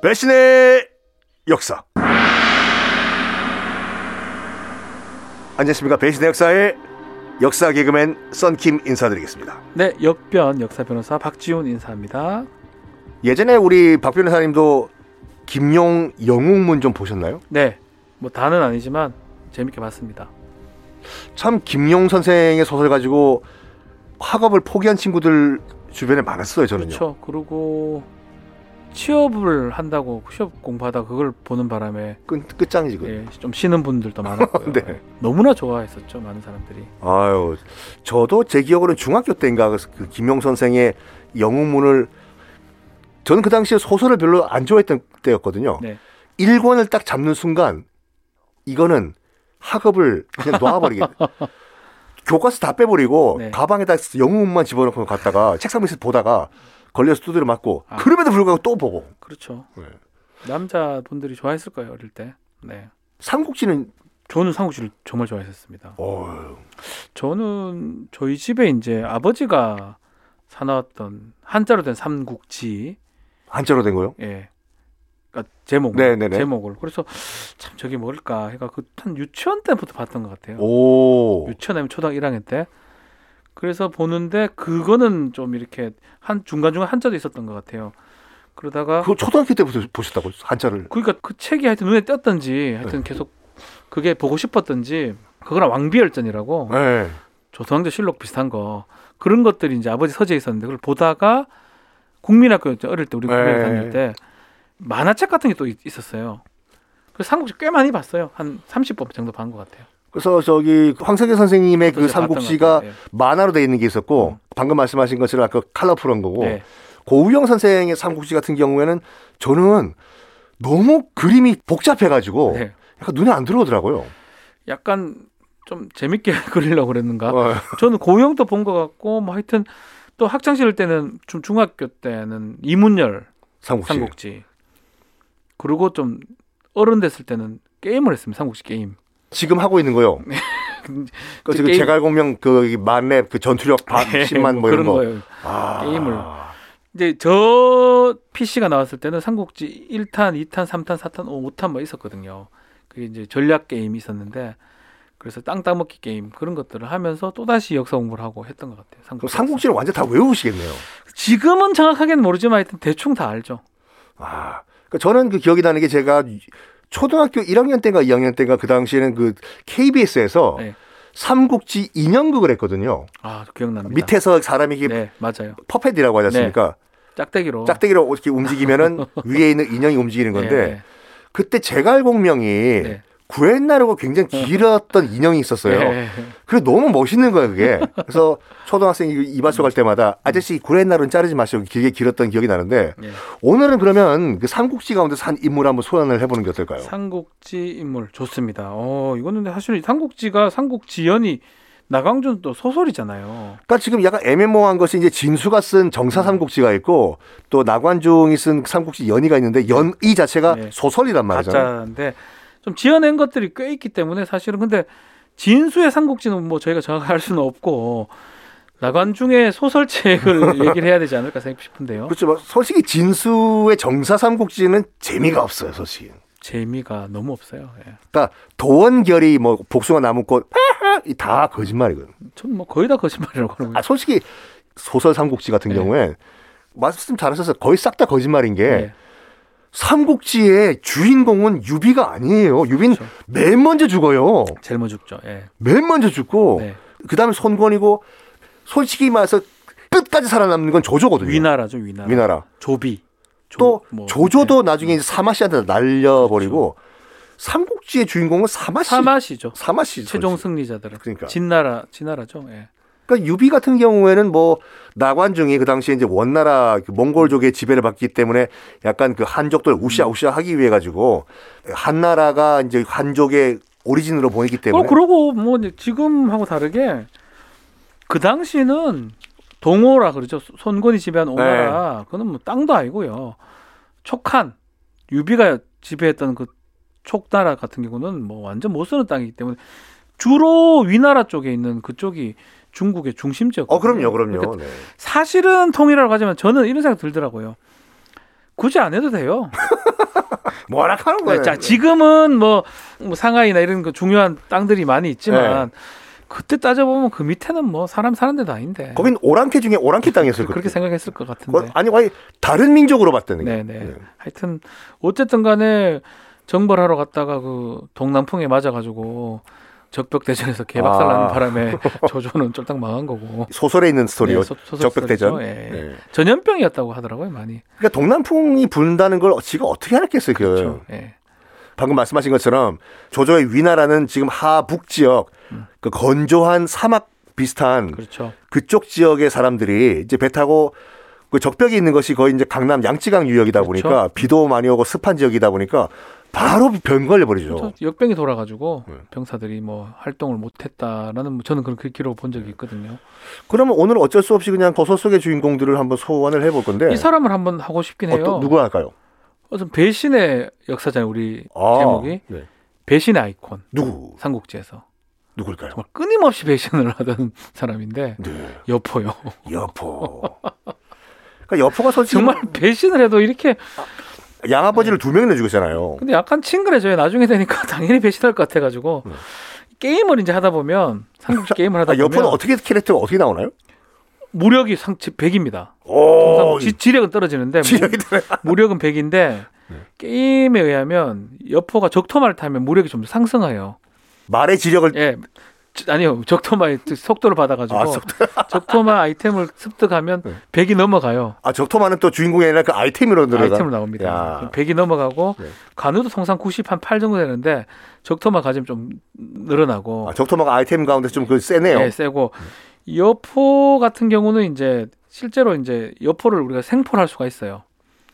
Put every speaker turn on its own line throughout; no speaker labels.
배신의 역사. 안녕하십니까 배신의 역사의 역사 개그맨 썬킴 인사드리겠습니다.
네, 역변 역사 변호사 박지훈 인사합니다.
예전에 우리 박 변호사님도 김용 영웅문 좀 보셨나요?
네, 뭐 다는 아니지만 재밌게 봤습니다.
참 김용 선생의 소설 가지고 학업을 포기한 친구들 주변에 많았어요 저는요.
그렇죠. 그리고 취업을 한다고 취업 공부하다 그걸 보는 바람에
끝 끝장이지 그.
예, 좀 쉬는 분들도 많았고요.
네.
예, 너무나 좋아했었죠 많은 사람들이.
아유, 저도 제 기억으로는 중학교 때인가 그래서 그 김용 선생의 영웅문을 저는 그 당시에 소설을 별로 안 좋아했던 때였거든요.
네.
일 1권을 딱 잡는 순간 이거는 학업을 그냥 놓아버리게 교과서 다 빼버리고
네.
가방에다 영웅문만 집어넣고 갔다가 책상 밑에서 보다가 걸려서 두드려 맞고
아.
그럼에도 불구하고 또 보고
그렇죠.
네.
남자 분들이 좋아했을 거예요 어릴 때. 네,
삼국지는
저는 상국씨를 정말 좋아했었습니다.
어,
저는 저희 집에 이제 아버지가 사나왔던 한자로 된 삼국지
한자로 된 거요?
예. 그러니까 제목
네네네.
제목을 그래서 참 저게 뭘까 해가 그한 유치원 때부터 봤던 것 같아요.
오,
네. 유치원 아니면 초등학교 1학년 때. 그래서 보는데 그거는 좀 이렇게 한 중간 중간 한자도 있었던 것 같아요. 그러다가
그 초등학교 때부터 보셨다고 한자를?
그러니까 그 책이 하여튼 눈에 띄었던지
네.
하여튼 계속 그게 보고 싶었던지 그거랑 왕비열전이라고
네.
조선왕조 실록 비슷한 거 그런 것들이 이제 아버지 서재에 있었는데 그걸 보다가 국민학교였죠 어릴 때 우리 국민학교
네.
다닐 때 만화책 같은 게 또 있었어요. 그래서 삼국지 꽤 많이 봤어요. 한 30번 정도 본 것 같아요.
그래서 저기 황석현 선생님의 그
그래서
삼국지가
봤던 것 같아요.
만화로 되어 있는 게 있었고
네. 음.
방금 말씀하신 것처럼 아까 컬러풀한 거고
네.
고우영 선생의 삼국지 같은 경우에는 저는 너무 그림이 복잡해가지고
네.
약간 눈에 안 들어오더라고요.
약간 좀 재밌게 그리려고 그랬는가.
어,
저는 고영도 본 것 같고 뭐 하여튼 또 학창 시절 때는 좀 중학교 때는 이문열
삼국지.
삼국지 그리고 좀 어른 됐을 때는 게임을 했습니다. 삼국지 게임.
지금 하고 있는 거요. 그 지금
네. 게임-
제갈공명 그 만렙 그 전투력
네,
110만
뭐
뭐 이런
그런
거.
거예요.
아.
게임을. 이제 저 PC가 나왔을 때는 삼국지 1탄, 2탄, 3탄, 4탄, 5탄 뭐 있었거든요. 그게 이제 전략 게임이 있었는데 그래서 땅 따먹기 게임 그런 것들을 하면서 또다시 역사 공부를 하고 했던 것 같아요.
그럼
삼국지.
삼국지를 완전 다 외우시겠네요.
지금은 정확하게는 모르지만 하여튼 대충 다 알죠.
아, 그러니까 저는 그 기억이 나는 게 제가 초등학교 1학년 때인가 2학년 때인가 그 당시에는 그 KBS에서
네.
삼국지 인형극을 했거든요.
아, 기억납니다.
밑에서 사람이 이게
네, 어. 맞아요.
퍼펫이라고 하지 않습니까?
짝대기로.
짝대기로 이렇게 움직이면은 위에 있는 인형이 움직이는 건데
네, 네.
그때 제갈공명이
네.
구했나루가 굉장히 길었던 인형이 있었어요.
네.
그게 너무 멋있는 거야 그게. 그래서 초등학생이 이발소 갈 때마다 아저씨 구했나루는 자르지 마시고 길게 길었던 기억이 나는데
네.
오늘은 그러면 그 삼국지 가운데 산 인물 한번 소환을 해보는 게 어떨까요?
네. 삼국지 인물 좋습니다. 어, 이거는 근데 사실 삼국지가 삼국지연이 나강준 또 소설이잖아요.
그러니까 지금 약간 애매모호한 것이 이제 진수가 쓴
음.
정사 삼국지가 있고 또 나관중이 쓴 삼국지 연의가 있는데 연의 자체가
네.
소설이란 말이잖아요.
가짜인데 좀 지어낸 것들이 꽤 있기 때문에 사실은 근데 진수의 삼국지는 뭐 저희가 정확할 수는 없고 나관중의 소설책을 얘기를 해야 되지 않을까 생각 싶은데요.
그렇죠. 막 솔직히 진수의 정사 삼국지는 재미가 없어요, 솔직히.
재미가 너무 없어요. 예.
그러니까 도원결이 뭐 복숭아 나무꽃 이다 거짓말이거든.
전뭐 거의 다 거짓말이라고 그러고
아 솔직히 소설 삼국지 같은
음. 네.
경우엔 말씀 잘하셔서 거의 싹 다 거짓말인 게
예.
삼국지의 주인공은 유비가 아니에요. 유비는
그렇죠.
맨 먼저 죽어요.
제일 먼저 죽죠. 예.
맨 먼저 죽고
네.
그다음에 손권이고 솔직히 말해서 끝까지 살아남는 건 조조거든요.
위나라죠, 위나라.
위나라.
조비. 조-
또
뭐,
조조도 나중에 이제 사마씨한테 날려버리고 삼국지의 주인공은
예.
사마씨.
그렇죠. 사마시죠.
사마씨
최종 승리자들은
그러니까.
진나라, 진나라죠. 예.
그러니까 유비 같은 경우에는 뭐 나관중이 그 당시에 이제 원나라 그 몽골족의 지배를 받기 때문에 약간 그 한족들 우시아 우시아 하기 위해 가지고 한나라가 이제 한족의 오리진으로 보이기 때문에
어, 그러고 뭐 이제 지금하고 다르게 그 당시는 동호라 그러죠. 손권이 지배한 오나라.
네.
그거는 뭐 땅도 아니고요. 촉한 유비가 지배했던 그 촉나라 같은 경우는 뭐 완전 못 쓰는 땅이기 때문에 주로 위나라 쪽에 있는 그쪽이 중국의 중심지였거든요.
어 그럼요 그럼요.
그러니까
네.
사실은 통일이라고 하지만 저는 이런 생각 들더라고요. 굳이 안 해도 돼요.
뭐라카는 거예요.
네, 자, 지금은 뭐, 뭐 상하이나 이런 그 중요한 땅들이 많이
네.
있지만 그때 따져보면 그 밑에는 뭐 사람 사는 데도 아닌데
네. 거긴 오랑캐 중에 오랑캐 땅이었을 거예요.
그렇게 생각했을 것 같은데.
아니 아니 다른 민족으로 봤다는 게.
네, 네. 하여튼 어쨌든 간에 정벌하러 갔다가 그 동남풍에 맞아가지고 적벽대전에서 개박살 나는
아.
바람에 조조는 쫄딱 망한 거고.
소설에 있는 스토리요.
네, 소- 소설
적백대전.
스토리죠. 예.
네.
전염병이었다고 하더라고요 많이.
그러니까 동남풍이 분다는 걸 지가 어떻게 알았겠어요. 그
그렇죠. 예.
방금 말씀하신 것처럼 조조의 위나라는 지금 하북 지역 그 건조한 사막 비슷한
그렇죠.
그쪽 지역의 사람들이 이제 배 타고 그 적벽이 있는 것이 거의 이제 강남 양쯔강 유역이다 보니까
그렇죠.
비도 많이 오고 습한 지역이다 보니까 바로 병 걸려 버리죠.
그래서 역병이 돌아가지고
네.
병사들이 뭐 활동을 못했다라는 뭐 저는 그런 그 기록 본
네.
적이 있거든요.
그러면 오늘 어쩔 수 없이 그냥 도서 속의 주인공들을 한번 소환을 해볼 건데
이 사람을 한번 하고 싶긴 해요.
네. 어떤 누구 할까요?
어떤 배신의 역사잖아요. 우리
아,
제목이
네.
배신의 아이콘
누구
삼국지에서
누굴까요?
정말 끊임없이 배신을 하던 사람인데
네.
여포요.
여포. 그러니까 여포가 솔직히
정말 배신을 해도 이렇게
양아버지를 두 명이나 죽였잖아요.
근데 약간 친근해져요. 나중에 되니까 당연히 배신할 것 같아가지고 게임을 이제 하다 보면 삼국지 게임을 하다
네. 아,
보면
여포는 어떻게 캐릭터가 어떻게 나오나요?
무력이 상치 100입니다.
오,
지, 지력은 떨어지는데
어, 지력이 되네.
무, 력은 100인데
네.
게임에 의하면 여포가 적토마를 타면 무력이 좀 상승해요.
말의 지력을
예. 저- 아니요. 적토마의 그 속도를 받아가지고
아, 속도.
적토마 아이템을 습득하면
네.
100이 넘어가요.
아 적토마는 또 주인공이 아니라 그 아이템으로 들어가.
아이템으로 나옵니다.
야.
100이 넘어가고
네.
간우도 통상 90한 8 정도 되는데 적토마 가지면 좀 늘어나고
아, 적토마가 아이템 가운데 좀 그 세네요. 음.
예, 세고 여포 같은 경우는 이제 실제로 이제 여포를 우리가 생포를 할 수가 있어요.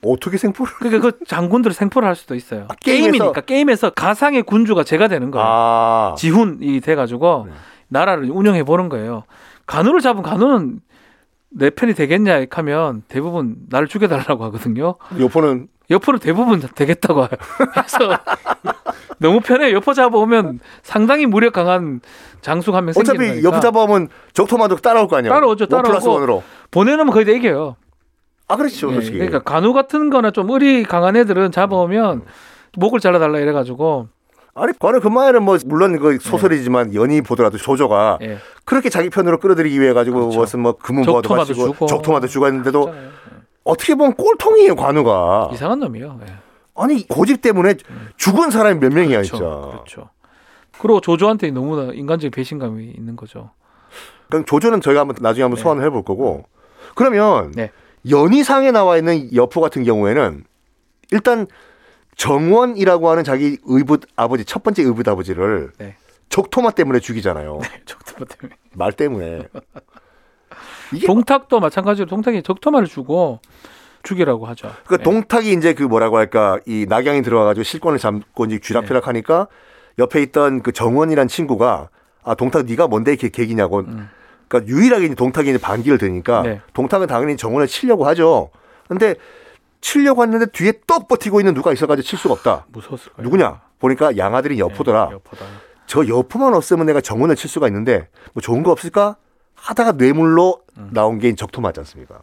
어떻게 생포를?
그러니까 그 장군들을 생포를 할 수도 있어요.
아, 게임에서?
게임이니까 게임에서 가상의 군주가 제가 되는 거예요.
아,
지훈이 돼가지고
네.
나라를 운영해 보는 거예요. 간우를 잡은 간우는 내 편이 되겠냐 하면 대부분 나를 죽여달라고 하거든요.
여포는
여포는 대부분 다 되겠다고 해요. 그래서 너무 편해. 여포 잡아오면 상당히 무력 강한 장수가 한명 생기는
어차피
거니까.
여포 잡아오면 적토마도 따라올 거 아니에요.
따라오죠,
원 플러스
따라오고.
원으로.
보내놓으면 거의 다 이겨요.
아 그렇죠,
예,
솔직히.
그러니까 간호 같은 거나 좀 의리 강한 애들은 잡아오면 목을 잘라달라 이래가지고
아니 관우 금마에는 뭐 물론 그 소설이지만 연이 보더라도 조조가
예. 그렇게
그렇게 자기 편으로 끌어들이기 위해 가지고
그렇죠.
무슨 뭐 금은보화도
적토마도
마시고
주고.
적토마도 주고 했는데도
있잖아요.
어떻게 보면 꼴통이에요 관우가.
이상한 놈이요. 예.
아니 고집 때문에 죽은 사람이 몇 명이야
그렇죠.
진짜.
그렇죠. 그리고 조조한테 너무나 인간적인 배신감이 있는 거죠.
그럼 조조는 저희가 한번 나중에 한번
네.
소환을 해볼 거고 그러면
네.
연희상에 나와 있는 여포 같은 경우에는 일단 정원이라고 하는 자기 의붓 아버지 첫 번째 의붓 아버지를
네.
적토마 때문에 죽이잖아요
적토마 때문에.
말 때문에 이게
동탁도 마찬가지로 동탁이 적토마를 주고 죽이라고 하죠.
그
예.
동탁이 이제 그 뭐라고 할까 이 낙양이 들어와가지고 실권을 잡고 이제
네.
쥐락펴락하니까 옆에 있던 그 정원이란 친구가 아 동탁 네가 뭔데 이렇게 개기냐고 그러니까 유일하게 이제 동탁이 이제 반기를 드니까
음. 네.
동탁은 당연히 정원을 치려고 하죠. 근데 치려고 하는데 뒤에 떡 버티고 있는 누가 있어가지고 칠 수가 없다.
무서웠을 거예요.
누구냐? 보니까 양아들이 여포더라.
예, 여포다.
저 여포만 없으면 내가 정원을 칠 수가 있는데 뭐 좋은 거 없을까? 하다가 뇌물로
음.
나온 게 적토 맞지 않습니까?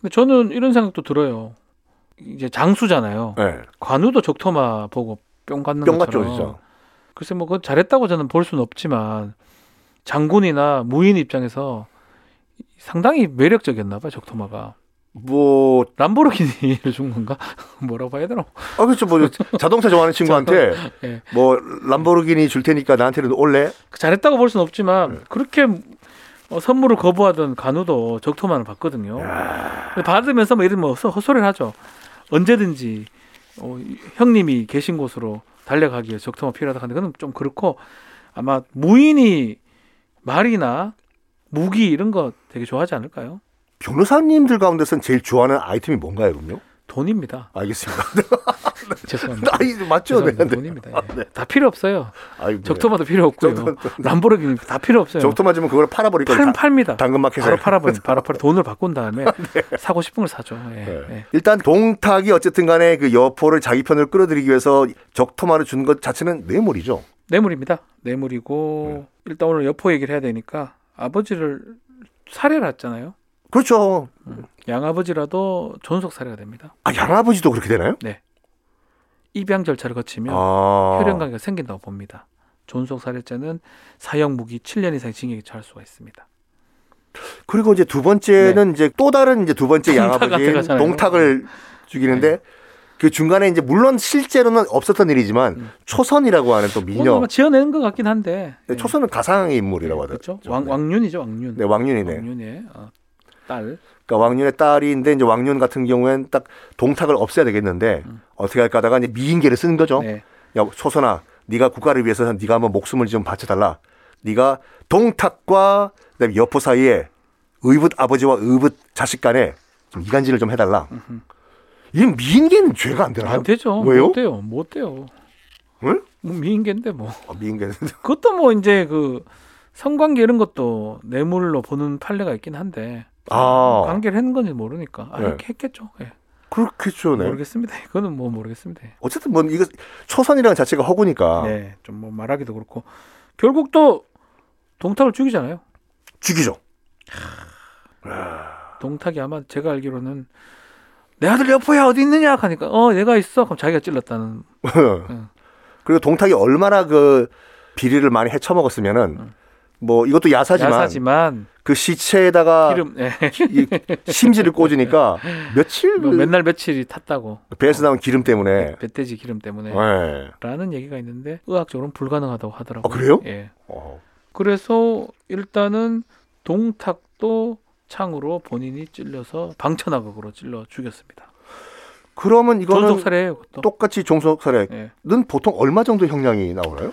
근데 저는 이런 생각도 들어요. 이제 장수잖아요.
예.
관우도 적토마 보고 뿅 갖는
뿅 같죠,
것처럼.
진짜.
글쎄 뭐 그건 잘했다고 저는 볼 수는 없지만 장군이나 무인 입장에서 상당히 매력적이었나 봐요 적토마가
뭐
람보르기니를 준 건가 뭐라고 해야 되나
아, 그렇죠. 뭐 자동차 좋아하는 친구한테
예.
뭐 람보르기니 줄 테니까 나한테는 올래?
그 잘했다고 볼 수는 없지만
네.
그렇게 어, 선물을 거부하던 간우도 적토마를 받거든요 근데 받으면서 뭐 이런 뭐 허- 헛소리를 하죠 언제든지 어, 형님이 계신 곳으로 달려가기에 적토마 필요하다 하는데 그건 좀 그렇고 아마 무인이 말이나 무기 이런 거 되게 좋아하지 않을까요?
변호사님들 가운데서는 제일 좋아하는 아이템이 뭔가요, 그럼요?
돈입니다.
알겠습니다.
죄송합니다.
아이 맞죠, 네.
죄송합니다.
네.
돈입니다. 예. 다 필요 없어요.
아이, 네.
적토마도 필요 없고요. 람보르기니 다 필요 없어요.
적토 맞으면 그걸 팔아버릴 거예요.
팔,
다-
팔니다.
당근마켓에.
바로 팔아버린 바로 팔아 돈을 바꾼 다음에 사고 싶은 걸 사죠. 예.
네.
예.
일단 동탁이 어쨌든간에 그 여포를 자기 편으로 끌어들이기 위해서 적토마를 준 것 자체는 뇌물이죠.
뇌물입니다. 뇌물이고
네.
일단 오늘 여포 얘기를 해야 되니까 아버지를 살해를 했잖아요.
그렇죠.
양아버지라도 존속 살해가 됩니다.
아 양아버지도 그렇게 되나요?
네. 입양 절차를 거치면
아.
혈연 관계가 생긴다고 봅니다. 존속 살해죄는 사형 무기 7년 이상 징역에 처할 수가 있습니다.
그리고 이제 두 번째는 이제 또 다른 이제 두 번째
네. 동탁 같은
양아버지인
거잖아요. 네.
동탁을 죽이는데 그 중간에 이제 물론 실제로는 없었던 일이지만
음.
초선이라고 하는 또
오늘
미녀
아마 지어낸 것 같긴 한데. 예.
네, 초선은 가상의 인물이라고 하더라고요.
그렇죠. 왕, 왕윤이죠, 왕윤.
네, 왕윤이네.
왕윤의 어, 딸.
그러니까 왕윤의 딸인데 이제 왕윤 같은 경우에는 딱 동탁을 없애야 되겠는데 어떻게 할까 하다가 이제 미인계를 쓰는 거죠.
음. 네.
야, 초선아, 네가 국가를 위해서 네가 한번 목숨을 좀 바쳐 달라. 네가 동탁과 그다음에 여포 사이에 의붓 아버지와 의붓 자식 간에 좀 이간질을 좀 해달라. 이 미인계는 죄가 안 되나?
안 아, 되죠.
뭐,
뭐
왜요? 네?
못 돼요. 못 돼요.
응?
뭐 미인계인데 뭐.
어, 미인계는
그것도 뭐 이제 그 성관계 이런 것도 뇌물로 보는 판례가 있긴 한데
아.
관계를 했는 건지 모르니까 아,
네.
이렇게 했겠죠. 예.
그렇겠죠, 네.
모르겠습니다. 그거는 뭐 모르겠습니다.
어쨌든 뭐 이거 초선이라는 자체가 허구니까
네, 좀 뭐 말하기도 그렇고 결국 또 동탁을 죽이잖아요.
죽이죠.
동탁이 아마 제가 알기로는 내 아들 여포야 어디 있느냐 하니까 어 얘가 있어 그럼 자기가 찔렀다는
그리고 동탁이 얼마나 그 비리를 많이 헤쳐먹었으면은 뭐 이것도 야사지만,
야사지만
그 시체에다가
기름 예.
이 심지를 꽂으니까 며칠
뭐 맨날 며칠이 탔다고
배에서 나온 기름 때문에
배돼지 기름 때문에
네.
라는 얘기가 있는데 의학적으로는 불가능하다고 하더라고요.
아, 그래요?
예.
어.
그래서 일단은 동탁도 창으로 본인이 찔려서 방천악으로 찔러 죽였습니다.
그러면 이거는
존속살해예요, 그것도.
똑같이 종속살해는
예.
보통 얼마 정도 형량이 나오나요?
어?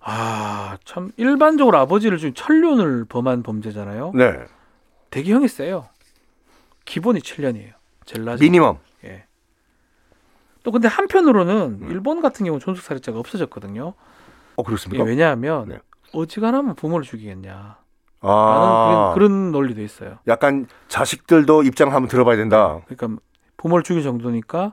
아, 참 일반적으로 아버지를 죽인 천륜을 범한 범죄잖아요.
네.
되게 형이 세요. 기본이 7년이에요. 제일 낮은.
미니멈.
예. 또 근데 한편으로는
음.
일본 같은 경우 는 존속살해죄가 없어졌거든요.
어
예,
그렇습니까?
왜냐하면
네.
어지간하면 부모를 죽이겠냐.
아.
라는 그런, 그런 논리도 있어요.
약간 자식들도 입장을 한번 들어봐야 된다.
그러니까 부모를 죽일 정도니까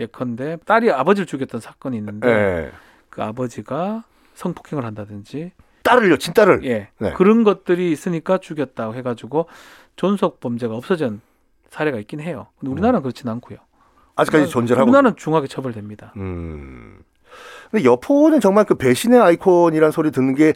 예컨대 딸이 아버지를 죽였던 사건이 있는데
예.
그 아버지가 성폭행을 한다든지
딸을요, 친딸을.
예
네.
그런 것들이 있으니까 죽였다고 해가지고 존속 범죄가 없어진 사례가 있긴 해요. 근데 우리나라는 그렇진 않고요.
음. 아직까지 존재하고.
우리나라는 중하게 처벌됩니다.
음. 근데 여포는 정말 그 배신의 아이콘이라는 소리 듣는 게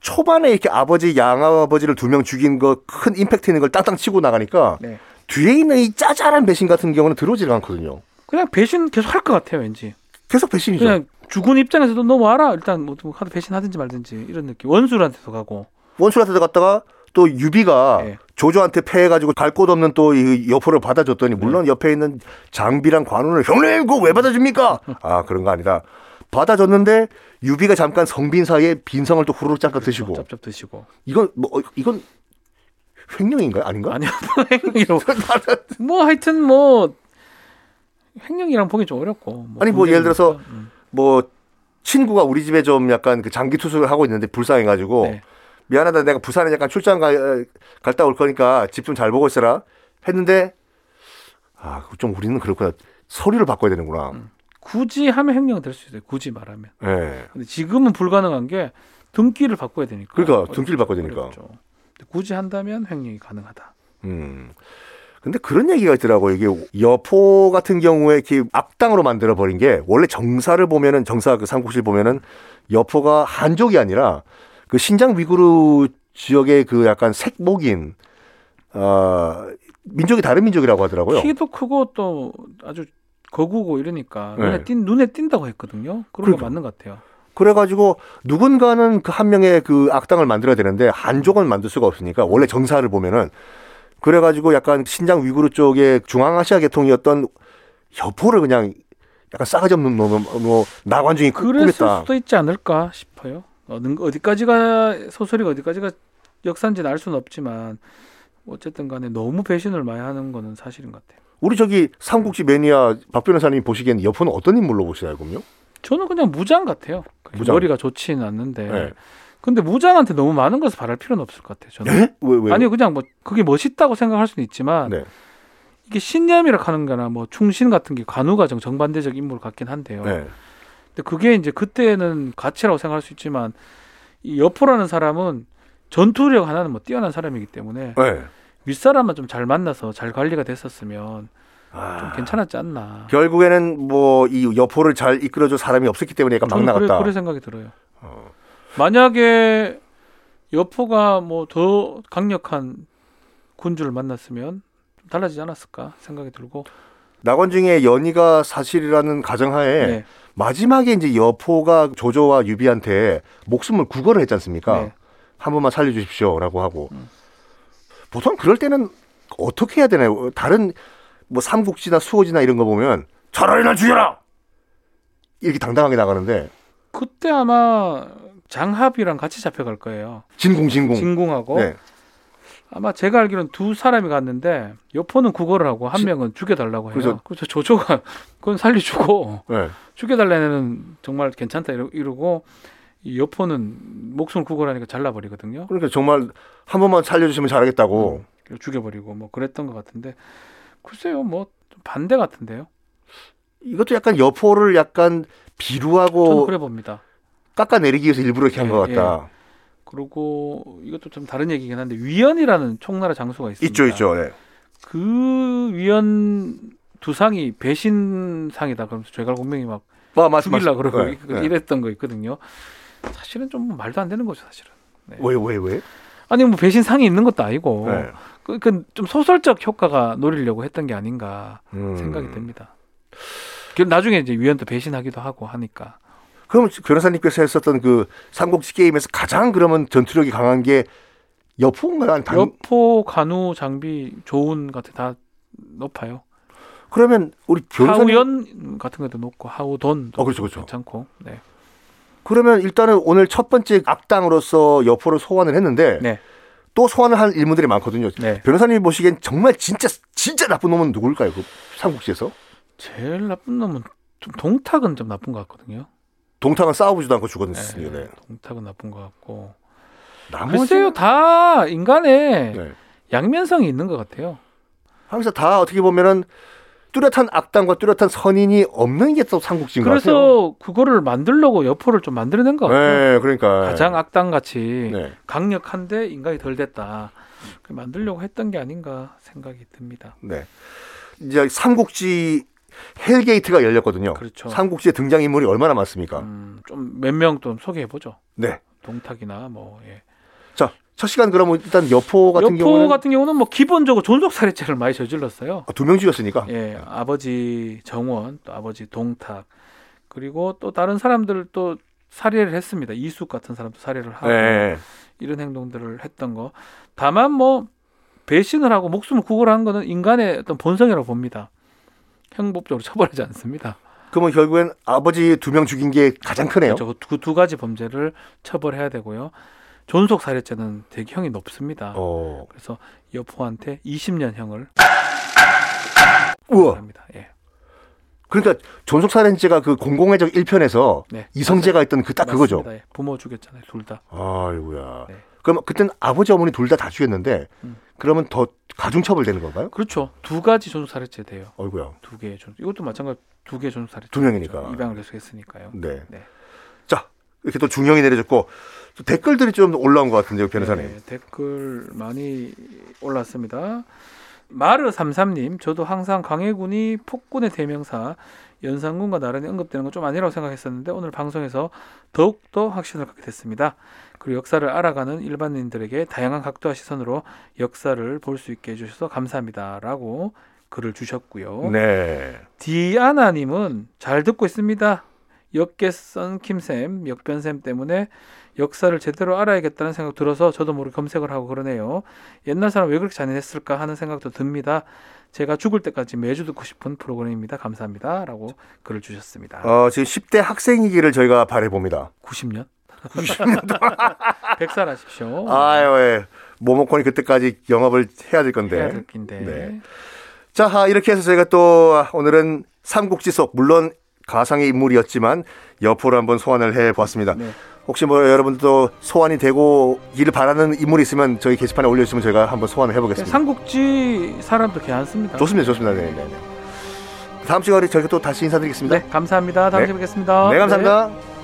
초반에 이렇게 아버지 양아버지를 두 명 죽인 거 큰 임팩트 있는 걸 땅땅 치고 나가니까
네.
뒤에 있는 이 짜잘한 배신 같은 경우는 들어오질 않거든요.
그냥 배신 계속 할 것 같아요, 왠지.
계속 배신이죠.
그냥 죽은 입장에서도 너 와라. 일단 뭐 하도 배신하든지 말든지 이런 느낌. 원수한테도 가고.
원수한테 갔다가 또 유비가
예.
조조한테 패해가지고 갈 곳 없는 또 이 여포를 받아줬더니 물론 옆에 있는 장비랑 관우를 형님 그거 왜 받아줍니까? 아 그런 거 아니다. 받아줬는데 유비가 잠깐 성빈 사이에 빈성을 또 후루룩 잠깐 드시고
짭짭 드시고.
이건 뭐 어, 이건 횡령인가요? 아닌가?
아니요, 뭐 행령이라고. 뭐 하여튼 뭐 행령이랑 보기 좀 어렵고.
아니, 뭐 예를 들어서
범죄니까. 음.
뭐 친구가 우리 집에 좀 약간 그 장기 투숙을 하고 있는데 불쌍해가지고
네.
미안하다 내가 부산에 약간 출장 가, 갔다 올 거니까 집 좀 잘 보고 있어라 했는데 아 좀 우리는 그렇구나 서류를 바꿔야 되는구나.
굳이 하면 행령 될 수 있어요. 굳이 말하면.
예.
근데 지금은 불가능한 게 등기를 바꿔야 되니까.
그러니까
어렵-
등기를 바꿔야 되니까.
어렵죠. 근데 굳이 한다면 횡령이 가능하다.
음. 근데 그런 얘기가 있더라고요. 이게 여포 같은 경우에 이렇게 악당으로 만들어 버린 게 원래 정사를 보면은 정사 그 삼국시를 보면은 여포가 한족이 아니라 그 신장 위구르 지역의 그 약간 색목인 아 민족이 다른 민족이라고 하더라고요.
키도 크고 또 아주 거구고 이러니까
네.
눈에 띈 눈에 띈다고 했거든요. 그런
그러니까.
거 맞는 것 같아요.
그래가지고 누군가는 그 한 명의 그 악당을 만들어야 되는데 한족은 만들 수가 없으니까 원래 정사를 보면은 그래가지고 약간 신장 위구르 쪽에 중앙아시아 계통이었던 여포를 그냥 약간 싸가지 없는 놈, 뭐 나관중이 꾸-
그랬을
꾸몄다.
수도 있지 않을까 싶어요. 어느- 어디까지가 소설이 어디까지가 역사인지는 알 수는 없지만 어쨌든 간에 너무 배신을 많이 하는 거는 사실인 것 같아요.
우리 저기 삼국지 매니아 박 변호사님이 보시기엔 여포는 어떤 인물로 보시나요, 그럼요?
저는 그냥 무장 같아요.
무장.
머리가 좋지는 않는데.
네.
근데 무장한테 너무 많은 것을 바랄 필요는 없을 것 같아요. 저는.
왜, 왜?
아니요, 그냥 뭐 그게 멋있다고 생각할 수는 있지만
네.
이게 신념이라 하는 거나 뭐 충신 같은 게 간우가 정 정반대적 인물 같긴 한데요.
네.
근데 그게 이제 그때는 가치라고 생각할 수 있지만 이 여포라는 사람은 전투력 하나는 뭐 뛰어난 사람이기 때문에
네.
윗사람만 좀 잘 만나서 잘 관리가 됐었으면 좀 괜찮았지 않나.
아, 결국에는 뭐 이 여포를 잘 이끌어줄 사람이 없었기 때문에 약간 막
저는 그래,
나갔다.
그래 생각이 들어요. 만약에 여포가 뭐 더 강력한 군주를 만났으면 좀 달라지지 않았을까 생각이 들고.
나관중의 연희가 사실이라는 가정하에
네.
마지막에 이제 여포가 조조와 유비한테 목숨을 구걸을 했지 않습니까?
네. 음.
한 번만 살려주십시오라고 하고 보통 그럴 때는 어떻게 해야 되나요? 다른 뭐 삼국지나 수호지나 이런 거 보면 차라리 날 죽여라 이렇게 당당하게 나가는데
그때 아마 장합이랑 같이 잡혀갈 거예요.
진공 진공
진궁하고
네.
아마 제가 알기로는 두 사람이 갔는데 여포는 구걸을 하고 한
지-
명은 죽여달라고 해요.
그래서-
그래서, 조조가 그건 살려주고
네.
죽여달라는 정말 괜찮다 이러- 이러고 이 여포는 목숨을 구걸하니까 잘라버리거든요.
그러니까 정말 한 번만 살려주시면 잘하겠다고
그래서 죽여버리고 뭐 그랬던 것 같은데 글쎄요 뭐좀 반대 같은데요.
이것도 약간 여포를 약간
저는
비루하고
그래 봅니다.
깎아내리기 위해서 일부러 이렇게 한 것
예,
같다.
그리고 이것도 좀 다른 얘기긴 한데 위연이라는 총나라 장소가 있습니다.
있죠 있죠. 네.
그 위연 두상이 배신상이다 그러면서 죄갈 공명이 막
아, 맞-
죽일라
맞-
그러고
네,
이-
네.
이랬던 거 있거든요. 사실은 좀뭐 말도 안 되는 거죠, 사실은.
왜, 왜, 왜?
아니 뭐 배신 상이 있는 것도 아니고
네.
그좀 소설적 효과가 노리려고 했던 게 아닌가
음.
생각이 듭니다. 그 나중에 이제 위원도 배신하기도 하고 하니까
그럼 변호사님께서 했었던 그 삼국지 게임에서 가장 그러면 전투력이 강한 게 여포인가요? 아니, 단...
여포 간우 장비 좋은 같은 다 높아요.
그러면 우리 변호사님
하우연 같은 것도 높고 하우돈도
어, 그렇죠, 그렇죠.
괜찮고 네.
그러면 일단은 오늘 첫 번째 악당으로서 여포를 소환을 했는데
네.
또 소환을 한 인물들이 많거든요.
네.
변호사님이 보시기엔 정말 진짜 진짜 나쁜 놈은 누굴까요? 그 삼국지에서
제일 나쁜 놈은 좀 동탁은 좀 나쁜 것 같거든요.
동탕은 싸워보지도 않고
네,
죽었는데 네.
동탁은 나쁜 것 같고
나머지는
글쎄요 다 인간의
네.
양면성이 있는 것 같아요.
항상 다 어떻게 보면은 뚜렷한 악당과 뚜렷한 선인이 없는 게 또 삼국지인 것 같아요.
그래서 그거를 만들려고 여포를 좀 만들어낸 것 같아요.
네, 그러니까
가장 악당 같이
네.
강력한데 인간이 덜 됐다. 그 만들려고 했던 게 아닌가 생각이 듭니다.
네. 이제 삼국지 헬게이트가 열렸거든요.
그렇죠.
삼국지의 등장 인물이 얼마나 많습니까?
음, 좀 몇 명 좀 소개해 보죠.
네.
동탁이나 뭐 예.
자, 첫 시간 그러면 일단 여포 뭐 같은
여포
경우는 아,
같은 경우는 뭐 기본적으로 존속 살해죄를 많이 저질렀어요.
두 명 죽였으니까.
예, 아버지 정원, 또 아버지 동탁, 그리고 또 다른 사람들 또 살해를 했습니다. 이숙 같은 사람도 살해를 하고
네.
이런 행동들을 했던 거. 다만 뭐 배신을 하고 목숨을 구걸한 거는 인간의 어떤 본성이라고 봅니다. 형법적으로 처벌하지 않습니다.
그러면 결국엔 아버지 두 명 죽인 게 가장 크네요.
그렇죠. 그두 가지 범죄를 처벌해야 되고요. 존속 살해죄는 되게 형이 높습니다.
어.
그래서 여포한테 20년형을
우와.
합니다. 예.
그러니까 존속 살인죄가 그 공공의 적 1편에서
네.
이성재가 있던 그 딱 그거죠.
맞습니다. 예. 부모 죽였잖아요. 둘 다.
아이고야.
네.
그럼 그땐 아버지 어머니 둘 다 다 죽였는데
음.
그러면 더 가중 처벌되는 건가요?
그렇죠. 두 가지 존속 살해죄 돼요.
아이고야.
두 개의 존 이것도 마찬가지 두 개의 존속 살해죄.
두 명이니까.
입양을 계속 했으니까요.
네.
네.
자, 이렇게 또 중형이 내려졌고 또 댓글들이 좀 올라온 것 같은데요, 변호사님.
네, 댓글 많이 올랐습니다. 마르 삼삼님, 저도 항상 강해군이 폭군의 대명사 연산군과 나란히 언급되는 건 좀 아니라고 생각했었는데 오늘 방송에서 더욱 더 확신을 갖게 됐습니다. 그리고 역사를 알아가는 일반인들에게 다양한 각도와 시선으로 역사를 볼 수 있게 해주셔서 감사합니다라고 글을 주셨고요.
네.
디아나님은 잘 듣고 있습니다. 역계 썬킴쌤, 역변쌤 때문에 역사를 제대로 알아야겠다는 생각 들어서 저도 모르게 검색을 하고 그러네요. 옛날 사람 왜 그렇게 잔인했을까 하는 생각도 듭니다. 제가 죽을 때까지 매주 듣고 싶은 프로그램입니다. 감사합니다. 라고 글을 주셨습니다.
어, 지금 10대 학생이기를 저희가 바라봅니다.
90년? 100살 하십시오.
아유, 예. 모모콘이 그때까지 영업을 해야 될 건데.
해야 될 낀데.
네. 자, 아, 이렇게 해서 저희가 또 아, 오늘은 삼국지 속, 물론 가상의 인물이었지만 여포를 한번 소환을 해 보았습니다.
네.
혹시 뭐 여러분도 소환이 되고 일을 바라는 인물이 있으면 저희 게시판에 올려주시면 저희가 한번 소환을 해보겠습니다.
삼국지 사람도 괜찮습니다.
좋습니다, 좋습니다. 네, 네, 네. 다음 시간에 저희가 또 다시 인사드리겠습니다.
네, 감사합니다. 다음에
네.
뵙겠습니다.
네, 감사합니다.
네.